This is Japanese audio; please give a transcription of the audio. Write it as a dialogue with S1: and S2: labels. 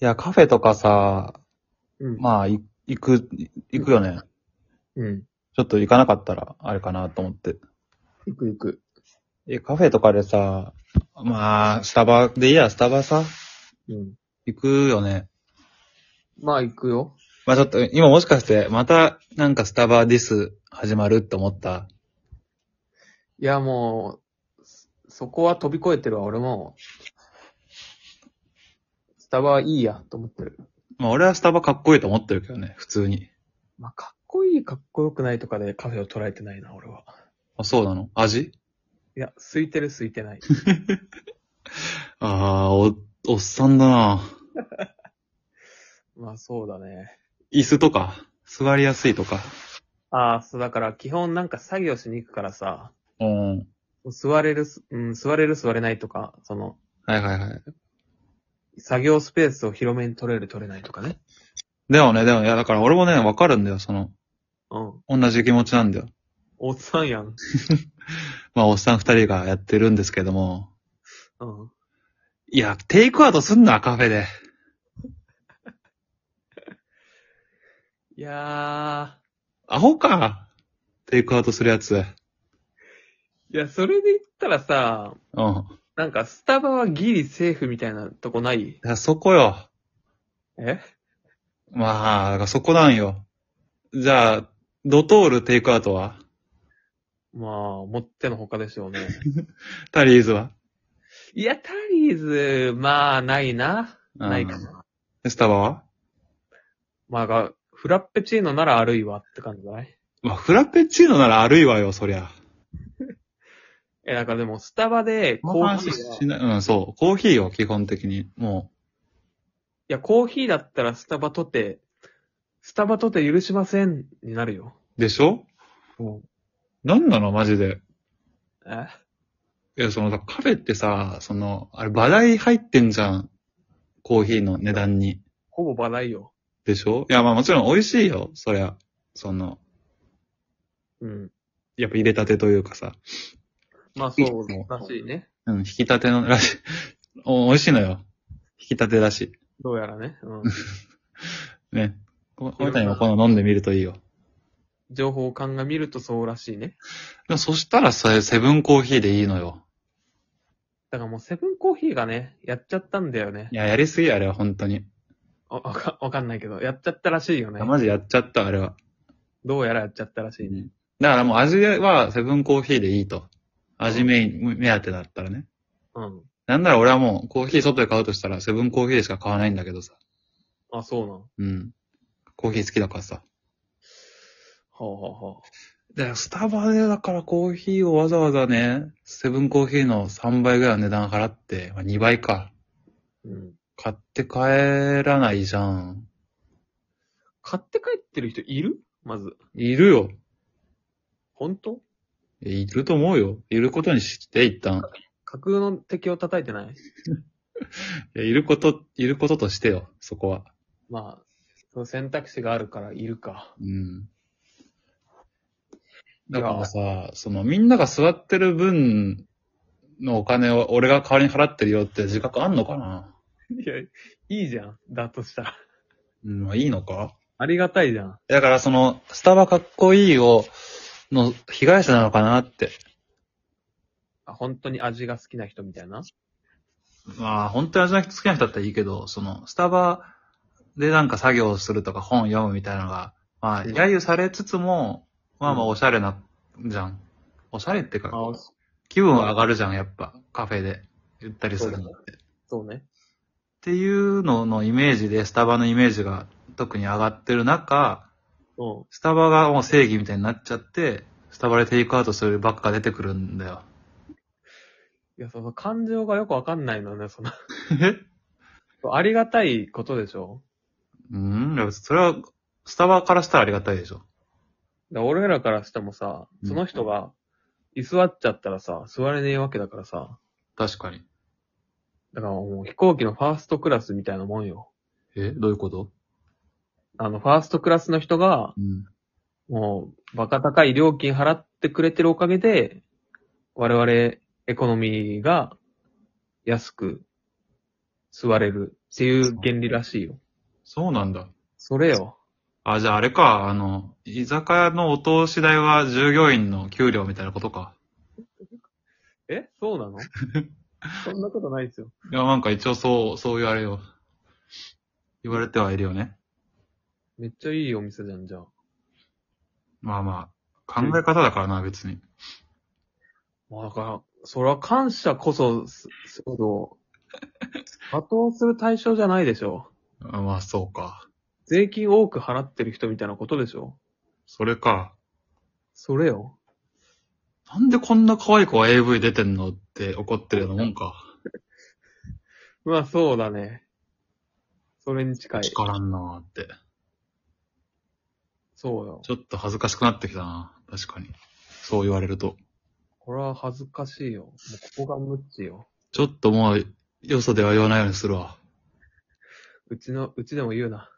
S1: いや、カフェとかさ、
S2: うん。
S1: まあ、い行く、行くよね。
S2: うん。
S1: ちょっと行かなかったら、あれかなと思って。
S2: 行く行く。
S1: え、カフェとかでさ、まあ、スタバでいいや、スタバさ、
S2: うん。
S1: 行くよね。
S2: まあ行くよ。
S1: まあちょっと、今もしかして、また、なんかスタバディス始まるって思った。
S2: いやもう、そそこは飛び越えてるわ、俺も。スタバはいいや、と思ってる。
S1: まあ俺はスタバかっこいいと思ってるけどね、普通に。
S2: まあ、かっこいい、かっこよくないとかでカフェを捉えてないな、俺は。
S1: あ、そうなの味
S2: いや、空いてる、空いて ない。
S1: ああ、お、おっさんだな。
S2: まあ、そうだね。
S1: 椅子とか、座りやすいとか。
S2: ああ、そう、だから、基本なんか作業しに行くからさ、
S1: うん。
S2: 座れるす、うん、座れる、座れないとか、その、
S1: はいはいはい。
S2: 作業スペースを広めに取れる、取れないとかね。
S1: でもね、でも、いや、だから俺もね、わかるんだよ、その、
S2: うん。
S1: 同じ気持ちなんだよ。
S2: おっさんやん。
S1: まあ、おっさん二人がやってるんですけども。
S2: うん。
S1: いや、テイクアウトすんな、カフェで。
S2: いやー、
S1: アホか。テイクアウトするやつ。
S2: いや、それで言ったらさ、
S1: うん。
S2: なんかスタバはギリセーフみたいなとこない
S1: いや、そこよ。
S2: え
S1: まあ、だからそこなんよ。じゃあ、ドトールテイクアウトは
S2: まあ、もってのほかでしょ うね。
S1: タリーズはい
S2: や、タリーズ、まあ、ないな。
S1: うん
S2: ないかな。
S1: でスタバは
S2: まあが、フラッペチーノならあるいはって感じじゃない
S1: まあ、フラペチーノならあるいわよ、そりゃ。
S2: え、なんかでも、スタバでコ
S1: この
S2: ーヒ
S1: 話
S2: ーは、
S1: し
S2: い
S1: ない。うん、そう。コーヒーよ、基本的に。も
S2: や、コーヒーだったらスタバとて、スタバとて許しませんになるよ。
S1: う。でしょなんなの、マジで。
S2: え
S1: いや、そのさ、カフェってさ、その、あれ、話題入ってんじゃん。コーヒーの値段に。
S2: ほぼバラいよ。
S1: でしょいや、まあもちろん美味しいよ、そりゃ。その、
S2: うん。
S1: やっぱ入れたてというかさ。
S2: まあ、そうらしいね。
S1: うん、引き立てのらしい。 お美味しいのよ。引き立てだし。
S2: どうやらね。 うん。
S1: ね。ここみたいにもこの飲んでみるといいよ。
S2: 情報感が見るとそうらしいね。
S1: でもそしたらさ、セブンコーヒーでいいのよ。
S2: だからもうセブンコーヒーがね、やっちゃったんだよね
S1: い。や、やりすぎ、あれは、本当に。
S2: わわかわかんないけど、やっちゃったらしいよ
S1: い
S2: ね
S1: や。マジやっちゃった、あれは。
S2: どうやらやっちゃったらしいね。
S1: だからもう味はセブンコーヒーでいいと。味メイン、目当てだったらね。
S2: うん。
S1: なんなら俺はもうコーヒー外で買うとしたらセブンコーヒーでしか買わないんだけどさ。
S2: あ、そうなん。は
S1: うん。コーヒー好きだからさ。
S2: あ、はあはあ、
S1: で、スタバでだからコーヒーをわざわざね、セブンコーヒーの3倍ぐらいの値段払って、まあ、2倍か。
S2: うん。
S1: 買って帰らないじゃん。
S2: 買って帰ってる人いるまず。
S1: いるよ。
S2: 本当
S1: いると思うよ。いることにして、一旦。
S2: 架空の敵を叩いてない
S1: いやいること、いることとしてよ、そこは。
S2: まあ、その選択肢があるからいるか。
S1: うん。だからさ、そのみんなが座ってる分のお金を俺が代わりに払ってるよって自覚あんのかない
S2: や、いいじゃん。だとしたら。
S1: うん、まあいいのか
S2: ありがたいじゃん。
S1: だからその、スタバかっこいいを、の被害者なのかなって。
S2: あ、本当に味が好きな人みたいな。
S1: まあ本当に味の好きな人だったらいいけど、その、スタバでなんか作業するとか本読むみたいなのが、まあ
S2: うん
S1: 揶揄されつつも、まあまあおしゃれな、じゃん。おしゃれってか、
S2: あ、
S1: 気分上がるじゃん、やっぱ。カフェで、ゆったりするのって。
S2: そうね。
S1: っていうののイメージで、スタバのイメージが特に上がってる中、
S2: うん。
S1: スタバがもう正義みたいになっちゃって、スタバでテイクアウトするばっか出てくるん だよ。
S2: いや、その感情がよくわかんないのね、その。
S1: え
S2: ありがたいことでしょ
S1: うんいやそれは、スタバからしたらありがたいでしょ。
S2: だから俺らからしてもさ、その人が居座っちゃったらさ、座れねえわけだからさ、
S1: 確かに。
S2: だからもう飛行機のファーストクラスみたいなもんよ。
S1: えどういうこと
S2: あの、ファーストクラスの人が、
S1: うん。
S2: もう、バカ高い料金払ってくれてるおかげで、我々、エコノミーが安く座れるっていう原理らしいよ。
S1: そうなんだ。
S2: それよ。
S1: あ、じゃああれか、あの、居酒屋のお通し代は従業員の給料みたいなことか。
S2: えそうなの そんなことないですよ。
S1: いや、なんか一応そう、そう言われよう。言われてはいるよね。
S2: めっちゃいいお店じゃん、じゃあ。
S1: まあまあ、考え方だからな、別に。
S2: まあだから、それは感謝こそ、すすほ ど、罵倒する対象じゃないでしょ。
S1: あまあ、そうか。
S2: 税金多く払ってる人みたいなことでしょ。
S1: それか。
S2: それよ。
S1: なんでこんな可愛い子は AV 出てんのって怒ってるようなもんか。
S2: まあそうだね。それに近い。
S1: 叱らんなーって。
S2: そうよ。
S1: ちょっと恥ずかしくなってきたな。確かに。そう言われると。
S2: これは恥ずかしいよ。もうここがムッチよ。
S1: ちょっともう、よそでは言わないようにするわ。
S2: うちの、うちでも言うな。